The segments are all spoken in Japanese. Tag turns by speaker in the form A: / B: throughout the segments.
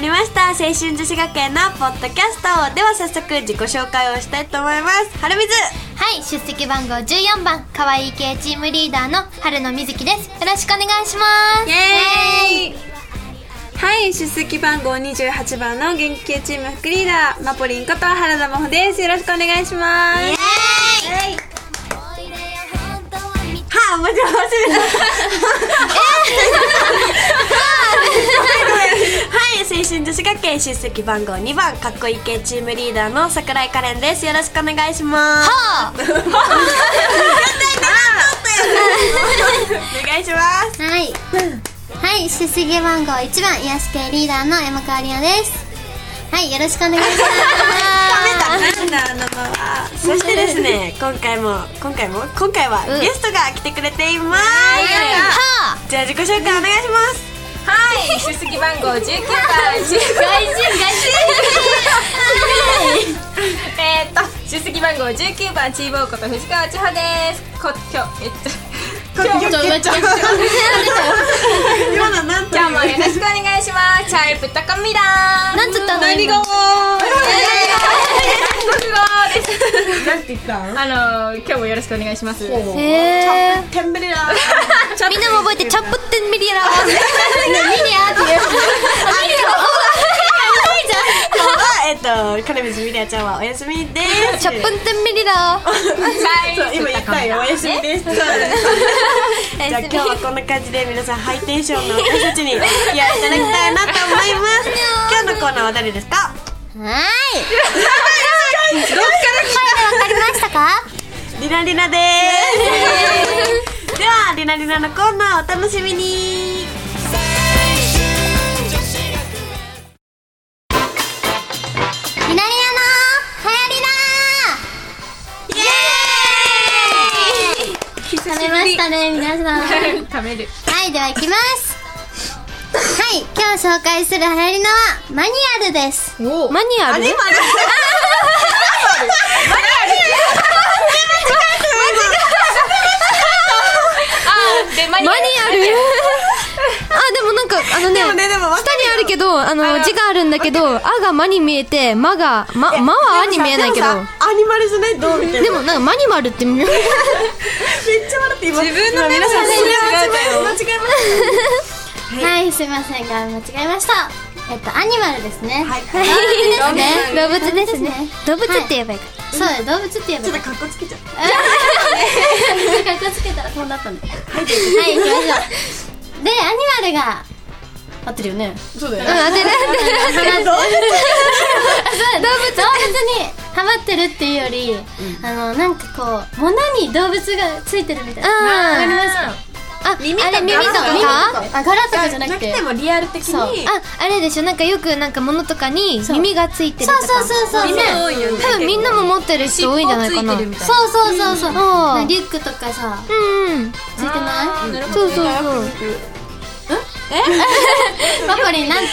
A: りました青春女子学園のポッドキャストでは早速自己紹介をしたいと思いますはるみず
B: はい出席番号14番可愛い系チームリーダーの春野瑞希ですよろしくお願いします
A: イエーイはい出席番号28番の元気系チーム副リーダーマポリンこと原田真帆ですよろしくお願いします
B: イエーイ
A: はあ間違えましたはい青春女子学園出席番号2番かっこいい系チームリーダーの桜井可憐ですよろしくお願いします
B: はあ
A: お願いします
B: はいはい出席番号1番癒し系リーダーの山川里奈ですはいよろしくお願いします
A: なんだあのあそしてですね今回も今回も今回は
B: うん
A: ゲストが来てくれています、
B: はあ
A: じゃあ自己紹介お願いします
C: はい、出席番号19番、
B: 外
C: 出
B: 人
C: えーっと、出席番号19番、チーボーこと藤川千穂です。こ、きょ、えっと、
B: 外人外人
A: 今のなんと
C: 今日も
A: いう
C: よろしくお願いします。チャイプタカミラー。
B: なんつったの
A: 何が
B: 今
A: も
C: 僕がです。なんて言ったあのー、今日もよろしくお願いします。
A: う
B: へえ
A: テンブレラ
B: みんなも覚えてチャップテンミリアラーミ リアーって言う
A: 今日はえっと金水みりあちゃんはお休みです
B: チャップテンミリラー
A: そう今言ったよお休みですそうですじゃあ今日はこんな感じで皆さんハイテンションの私たちにお付き合いいただきたいなと思います今日のコーナーは誰ですか
B: はーい。はい、わかりましたか。
A: リナリナですではリナリナのコーナーお楽しみに
B: みなりやの、はやりだー。食べましたね、皆さん。は
C: 食べる。
B: い、では行きます。はい、今日紹介する流行りのはマニュアルです。
C: お
B: マニュアル？
A: 今
C: あ、で、マニ
B: マニュアル？あ、でもなんかあのね、
A: でもねでも分か
B: 下にあるけど、あの
C: あの
B: 字があるんだけど、あがマに見えて、まがままはあに見えないけど
A: で。もさアニマルじゃないどうみたいな
B: でもなんかマニマルって見える
A: めっちゃ笑って今
C: 自分の
A: 今
C: メモ
A: 皆さん
C: がね
A: それは間違えました
B: はい、すいませんが間違えました。えっとアニマルですね。
A: はい
B: 動物ですね。動物って言えばいいか。そうだよ動物って言えばい
A: ちょ
B: い
A: っ
B: か。
A: と格好つけちゃった
B: 格好つけたら飛んだったんだ。はい、行きましょう。で、アニマルが。合ってるよね。
A: そうだ
B: うん、合ってる。合ってる。動物動物にハマってるっていうより、あのなんかこう物に動物がついてるみたいな。わかりますか。あ、あれ耳とか。あ、柄とかじゃ
A: な
B: なく
A: く
B: て
A: て。もリアル的
B: そうあ
A: に
D: あれでしょなんかよくなんか物とかに耳がついてると
B: そ
D: か
B: うそうそうそう。
C: 耳多いよね
D: 多分みんなも持ってる人多いんじゃないかな
C: 尻尾ついてる
D: う
C: みたい
B: そうそうそうそう。
D: ん
B: なリュックとかさ
D: んうん
B: ついてない？
C: なるほ
D: そ
C: ど
D: う
C: ね。
D: そうそう
B: パパリンなんて？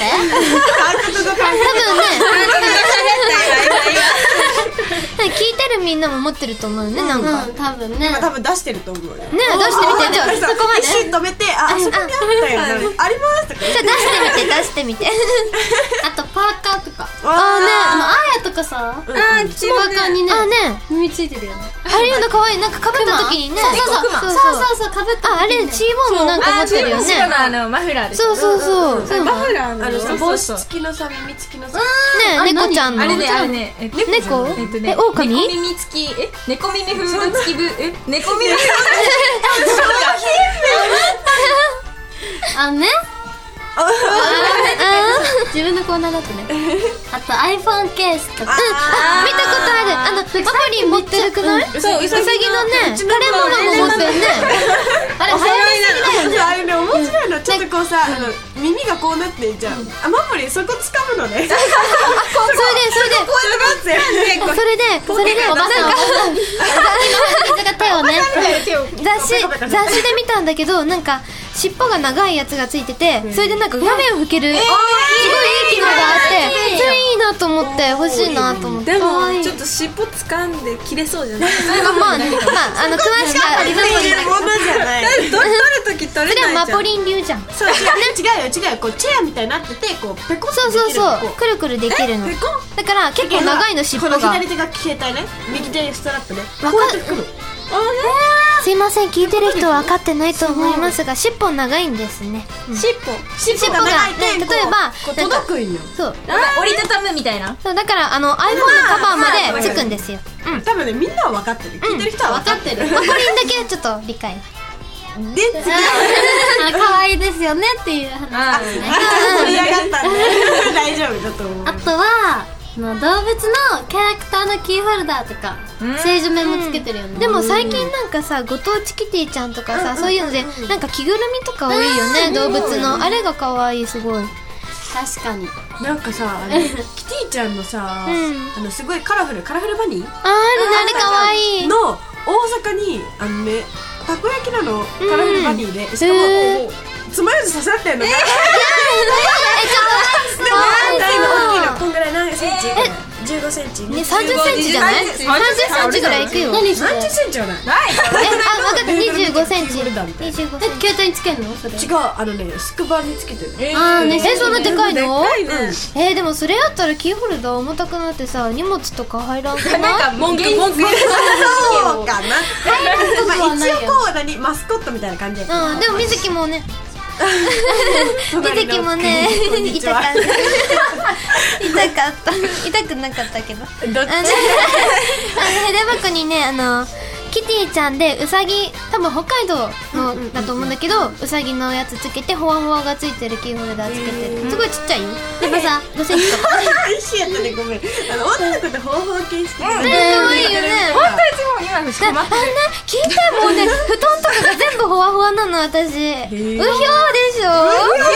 D: 聞いてるみんなも持ってると思うよねなんかね
B: うん多分ね。
A: 多分出してると思うよ
D: 出してみてじゃあ
A: そこまで一瞬止めてああそこにあったよありますとか
D: じゃあ出してみて出してみて
B: あとパーカーとか。あの
A: あ
B: アーヤとかさ、パ
A: あね
B: ーカーにね
D: あね
B: 耳ついてるよね。
D: あれよな可愛いなんかかぶった時にね
B: そうそうそう。そうそうそうかぶった。
D: ああれチーボーもなんか持
C: あ、
D: っ
C: チ
D: て
C: ー
D: るよ
C: ム
D: ね
C: 白のあの、マフラーです。
D: そうそうそう
C: うん。マフラーの。
A: あのさ帽子
C: そうそう
A: 付きのさ耳付きのさ
D: ねえ猫ちゃんの
C: あれね、あれね、えっと
D: 猫
C: えっとね、
D: え狼
C: 猫耳付き、え猫耳風の付きぶ、え猫耳風
B: あのね。自分のコーナーだったね。あと iPhone ケースとか。
D: 見たことあるあのマフリン持ってるくない
A: あそうう
D: ウサギのねカレーママも持ってるね
B: あれ流行
A: なのあれね面白いのちょっとこうさあの耳がこうなってんじゃんあマモリそこ掴むのね
D: それでそれで
A: こうやって
D: それで、それで、
B: おば
D: なん
B: さん
D: か、
B: りの水が手をね。
D: 雑誌、雑誌で見たんだけど、なんか、尻尾が長いやつがついてて、それでなんか画面を拭ける、すごいいい機能があって、それいいなと思って、欲しいなと思って。
C: で
D: かわい
C: も
D: い
C: ちょっと尻尾掴んで切れそうじゃない
D: なんかまあ、まあ、あの、詳しくはありませんけど、
A: ものじゃない
C: 取る時取
D: そ
C: れな
D: れ
C: いじゃ
D: は
C: ん
D: マポリン流じゃん。
A: そう違 う違うよ違うよこうチェアみたいになっててこうペコッ
D: そ
A: て
D: うそう
A: できる
D: そう
A: こ、
D: くるくるできるの
A: ペ。コッ
D: だから結構長いの尻尾
A: この
D: が。
A: 左手が携帯ね右手ストラップね
D: わかすいません聞いてる人は分かってないと思いますが尻尾長いんですね
A: 尻尾尻尾が長い
D: 尻尾がね
A: ねこう
D: 例えば
A: こう届くんよ
D: そう
C: なんか折りたたむみたいな
D: そうだからあの iPhone のカバーまでつくんですよ
A: 多分ねみんなは分かってる聞いてる人は分かってる
D: マコリンだけちょっと理解
A: で次
B: 可愛いですよねっていう話
C: あ
A: 盛り上がった んで大丈夫だと思う
B: あとはあの動物のキャラクターのキーホルダーとか
C: うん
B: 聖女面もつけてるよね
D: でも最近なんかさご当地キティちゃんとかさそういうのでなんか着ぐるみとか多いよね動物のあれが可愛いすごい
B: 確かに
A: なんかさあのキティちゃんのさ
D: うん
A: あのすごいカラフルカラフルバニー
D: あーあれ可愛い
A: の大阪にあのねたこ焼きなのカラフルバニーでしかも
D: へー
A: こう爪楊枝刺さってんのがでも大の大きいのこんぐらい何センチ15センチ
D: ね30センチじゃない
C: 30
D: 30センチぐらいいくよ
B: 何それ
A: 30センチはない
C: ない
D: えあ分かった25センチ
A: これだみたい
D: 25センチ
B: え携帯につけるのそれ
A: 違うあのねスクバにつけてる
C: え
D: あーねえそんなでかいの
A: でかいの
D: えー、でもそれやったらキーホルダー重たくなってさ荷物とか入らんく ない
C: なんか文句文句
A: そうかなまあ
B: ないよ
A: 一応こう何マスコットみたいな感じやけど
D: うん、でもみずきもね、み
A: 隣
D: ず
A: の
D: きもね
A: こん、にち
D: 痛か
A: は
D: った。痛かった。痛くなかったけど。あ
A: どっ
D: の、あのヘルバッグにね、あの、キティちゃんでうさぎ、多分北海道のだと思うんだけど、うさぎのやつつけて、ほわほわがついてるキーホルダーつけてる。すごいちっちゃいよ。
B: でもさ5センチとか
A: 一緒やったねごめんあの女の子って方法形式だ
D: ね、かわいいよね。
C: 本当にもう今のしか
D: あんな
C: まってる
D: 聞いてもうね布団とかが全部ほわほわなの私うひょーでしょうひ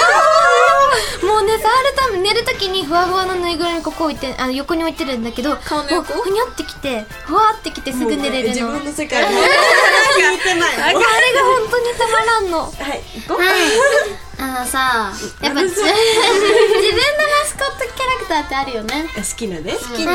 D: ょーもうね触るため寝るときにふわふわのぬいぐるみここ置いてあの横に置いてるんだけど
C: 顔の横
D: もうふにょってきてふわってきてすぐ寝れる
A: 自
D: のあ
A: 分
D: れが
A: の世界も聞いてないは
D: 本当にたまらん
A: い
D: の
A: 行こう
B: あのさやっぱ自分のマスコットキャラクターってあるよね
A: 好きなね好
B: きな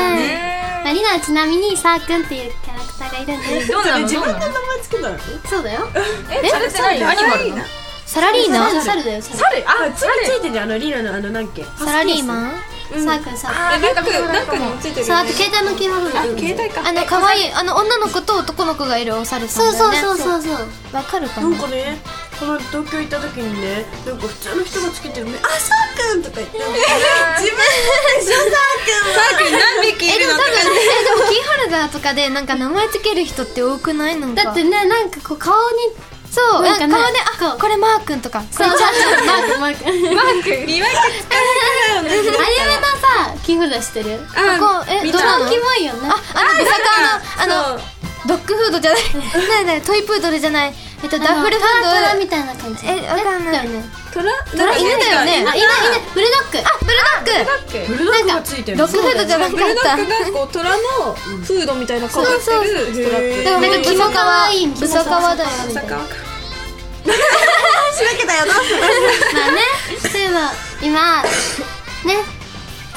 B: まあ、リナはちなみにサーくんっていうキャラクターがいるんだよ
C: どうなの
A: 自
C: どう
A: 分の
C: な
A: 名
C: の
A: 前つけたの
B: そうだよ
C: えそれって何アニマルなの
D: サラリーナ
B: 猿猿だよ猿
C: 猿あ
A: つつ
C: 猿
A: いてるあのリナのあのなんっけ
D: サラリーマン
B: サーくんサー
C: あなんかなんかについて
B: くん
C: る
B: そうあと携帯のキーホルダー
C: 携帯か
D: あの可愛いあの女の子と男の子がいるお猿さ
B: そうん
D: だ
B: そ
D: よ
B: う
D: ね
B: そうそうそう
D: うわかるか
A: なん
D: な
A: かねこの東京行った時にねなんか普通の人がつけてるねあさーくんとか言って自分でしょさーくんは
C: 何匹い
D: えで
C: る
D: も
C: の
D: 多分えでもキーホルダーとかでなんか名前つける人って多くないなんか
B: だってねなんかこう顔に
D: そう、
B: なか
D: なんんか
B: ね
D: 顔で、あ、これマー君とか。これちゃんちゃん
B: マークマークあゆめ
C: マーク 見分
B: の
C: け
B: さキーホルダーしてる
C: あ
D: ここ、え、
C: 見
D: ド
C: た
D: ラマ
B: キモいよね
D: あ、あの、ブサカの、あ
C: そう
D: の、ドッグフードじゃない、なんだよトイプードルじゃない、えっと、ダッフルフ
B: トラトラ
D: ード。
B: みたいな感じ
D: え、わかんない。
B: だよね
C: トラ
D: トラ犬だよね。あ、
B: あいないいな
D: 犬、犬
B: いブルドッグ
D: あ、ブルドッグ。
C: ブル
A: ブルドッグがついてる
D: ドッグフードじゃなかっ
C: ド
D: た。
C: ッグがこう虎のフードみたいな顔してるストラップ
D: だからなんかキモカワ
B: キモ、
D: ブサカワだよね。
C: 大阪か
A: しなきゃだよな
B: まあねそういえば今ね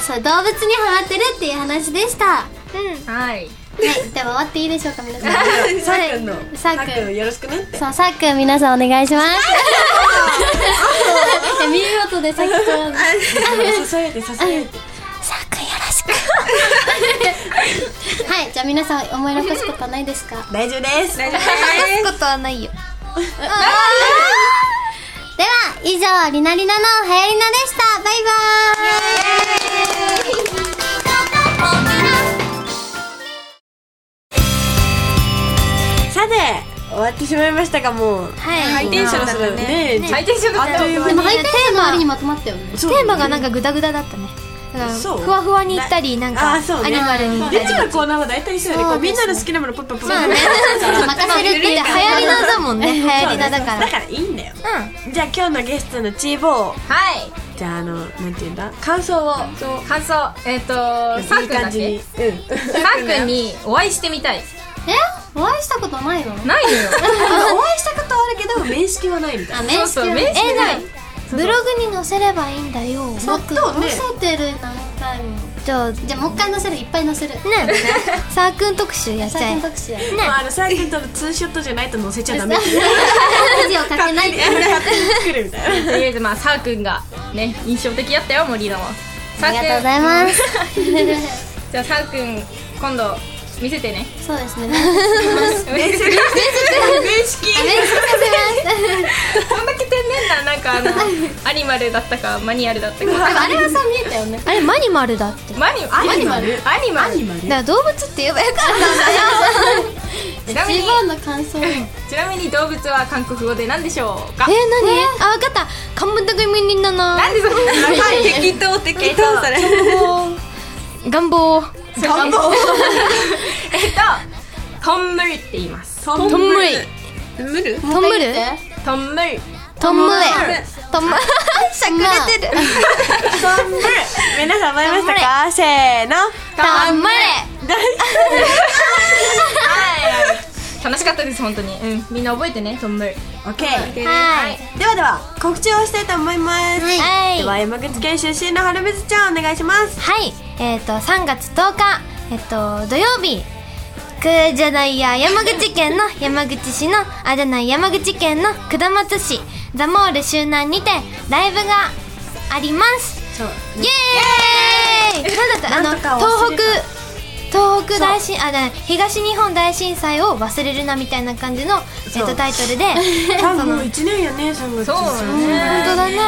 B: そう動物にハマってるっていう話でした
D: うん。
C: はい
B: はい、では終わっていいでしょうか皆さん
A: さーくんの
B: さ
A: さ
B: ーくん
A: ーくんよろしくねって
B: さあさっくん皆さんお願いし ますえ見事でさっくん
A: 支えて支えて
B: さっくんよろしく はいじゃあ皆さん思い残すことはないですか
A: 大丈夫です
C: 大丈夫
D: 話すことはないよ。
B: では以上りなりなのはやりなでしたバイバーイ
A: さて終わってしまいましたがもう
D: は
C: ハ
D: い。
C: イ
D: テ
C: テンションだったね
A: ね
C: ハイテンションだった
A: あっという間
B: で
A: に
B: もハイテンションの割にまとまったよね
A: そう
D: ーマがなんかグダグダだったね。だから、
A: そう
D: ふわふわに行ったり、なんか、ア
A: あそうね
D: ニマルに行った
A: レ
D: り
A: ッチ。のコーナーは大体一緒だねこうみんなの好きなものポッポポッポ
D: まあね、
B: 任せるって
D: 流行り なだもんね。流行りなだから
A: だ。からいいんだよ
D: うん。
A: じゃあ今日のゲストのチーボー
C: はい
A: じゃああのなんていうんだ感想を
C: 感想えっとサー
A: いい
C: クンだ
A: 感
C: っ
A: じに
C: け
A: うん
C: サークンにお会いしてみたい
B: えお会いしたことないの
C: ないのよ
A: お会いしたことあるけど面識はないみたいな
B: あ、
C: そ
B: 面識は
C: うそう面識
D: え
C: な
D: ないいブログに載せればいいんだよ
B: さっき
A: もっとね
B: 載せてる何回も
D: じゃあ
B: じゃあもう一回載せるいっぱい載せる
D: ねサークン特集 やっちゃ
B: 最
D: え
B: 近特集やる
A: まああの最近とのツーショットじゃないと載せちゃダメ って
B: 記事を書けないって
A: 勝手に作るみたいな
C: とりあえずまあサーくんがね印象的やったよ森のもサ
D: ありがとうござ
C: い
D: います
C: ますじゃあサーくん今度見せてね
B: そうですね
C: 面識面識こんだけ天然ななんかあのアニマルだったかマニュアルだったか
B: あれはさ見えたよね
D: あれマニマルだってだか
C: マニ
A: アニマル
C: アニマ
A: アニ
C: ル
A: マル
D: ら動物って言えばよかったんだよ
C: ちなみに
B: 一番の感 想
C: ちなみに動物は韓国語で何でしょうか
D: えー、何あ、わかったカンブンタグミニンナナ
C: なんでそんな適当適当それ
D: 願望
C: 願望えっとトンムルって言います
A: ト
D: トンムリ
A: ムル
D: トンムル
C: トンムル
D: トンムレトンムしゃくれてる
A: トンムル皆さん覚えましたかせーの
D: トンムレ
C: 楽しかったです本当にうんみんな覚えてねトンムル
A: OK
D: はい
A: ではでは告知をしたいと思います
D: はい
A: では山口県出身の春水ちゃんお願いします
D: はい、えっ、と3月10日、えっ、と土曜日。くじゃないや山口県の山口市のあじゃない山口県の下松市ザモール周南にてライブがあります。
A: そう
D: イエーイなんだった
A: なんとか
D: あ
A: 忘
D: の
A: れ
D: 東
A: た
D: 北東北大震あじゃない東日本大震災を忘れるなみたいな感じの、えっ
A: そ
D: と
A: う
D: タイトルで
A: 多分もう1年やね3月
C: そう
D: うん
C: ね
D: 本当だね
A: ね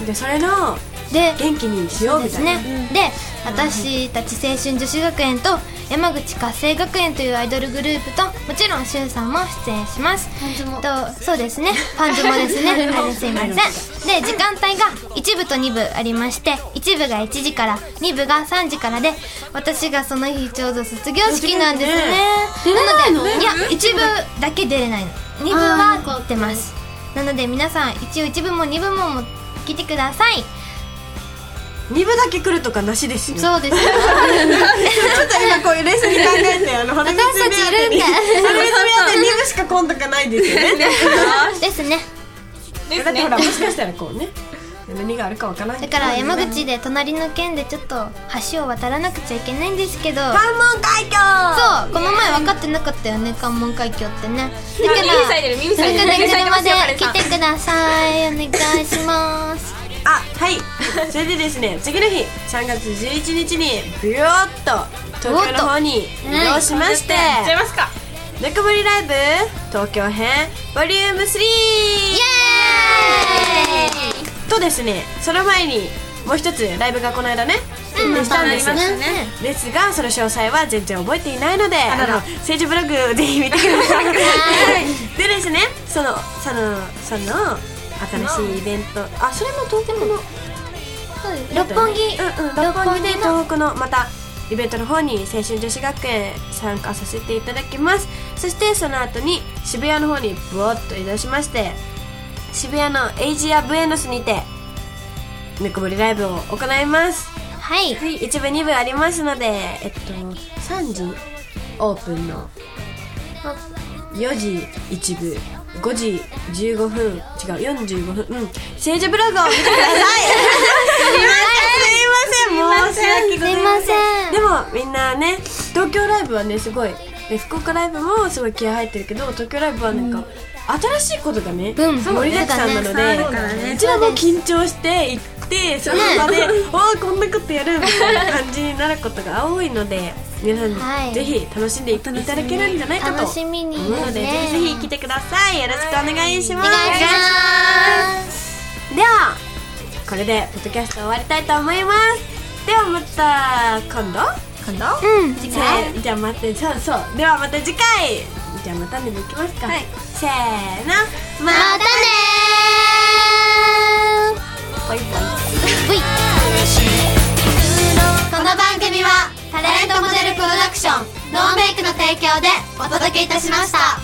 A: えでそれの
D: で
A: 元気にしようみ
D: です
A: たいな
D: ね、で私たち青春女子学園と山口活性学園というアイドルグループともちろんしゅんさんも出演しますとそうですねパンズもです ねはいすいませんで時間帯が1部と2部ありまして1部が1時から2部が3時からで私がその日ちょうど卒業式なんですね
A: 卒業式ね
D: なの
A: 出れないの
D: でいや1部だけ出れないの2部は凝ってますなので皆さん一応1部も2部も来てください
A: 2部だけ来るとかなしですよ
D: そうですよ
A: ちょっと今こういうレースに考えてあの私
D: 私たちいるん
A: 春水目
D: だ
A: 当て2部しか今度かないですよ ね
D: ですね
C: です
A: だって
C: ね
A: ほらもしかしたらこうね何があるかわからない
D: だから山口で隣の県でちょっと橋を渡らなくちゃいけないんですけどそう
A: 関門海峡
D: この前分かってなかったよね関門海峡ってねだ
C: 耳
D: から
C: 塞いでる耳
D: そ
C: 塞いで
D: れか
C: る
D: ら
C: 耳塞いでま
D: 車
C: す
D: で
C: よ彼さん
D: 来てくださいお願いします
A: あはいそれでですね 次の日3月11日にビューっと東京の方に移動しまして
C: 行っちゃいますか
A: ぬくもりライブ東京編ボリューム3とですねその前にもう一つライブがこの間ね決定したんです
C: そうなりましたね
A: ですがその詳細は全然覚えていないのであの政治ブログぜひ見てくださいでですねそのそのその新しいイベントあそれも東京の
D: 六本木
A: うんうん、六
D: 六
A: 本
D: 本
A: 木
D: 木
A: で
D: で
A: 東北のまたイベントの方に青春女子学園参加させていただきますそしてその後に渋谷の方にブワッと移動しまして渋谷のエイジアブエノスにてぬくもりライブを行います
D: はい
A: はい1部2部ありますのでえっと3時オープンの4時1部5時15分違う45分うん政治ブログを見てくださいすいませんすいません申し訳ございません
D: すいません
A: でもみんなね東京ライブはねすごいえ福岡ライブもすごい気合入ってるけど東京ライブはなんか、新しいことがね、
D: うん
A: 盛りだくさんなので
D: そううだね
A: ちらも緊張して行ってその場 で「おーこんなことやる」みたいな感じになることが多いので皆さん、
D: はい
A: ぜひ楽しんでいただけるんじゃないかと
D: 楽しみに
A: 思うので、
D: ね
A: ぜひぜひ来てくださいよろしくお願いします
D: お願いします
A: ではこれでポッドキャスト終わりたいと思いますではまた今度
C: 今度
D: うん
A: 次回じゃあ待ってそうそうではまた次回じゃあまたねでいきますか、せーの
D: またねー
A: バイバイ
B: この番組はタレントモデルプロダクションノーメイクの提供でお届けいたしました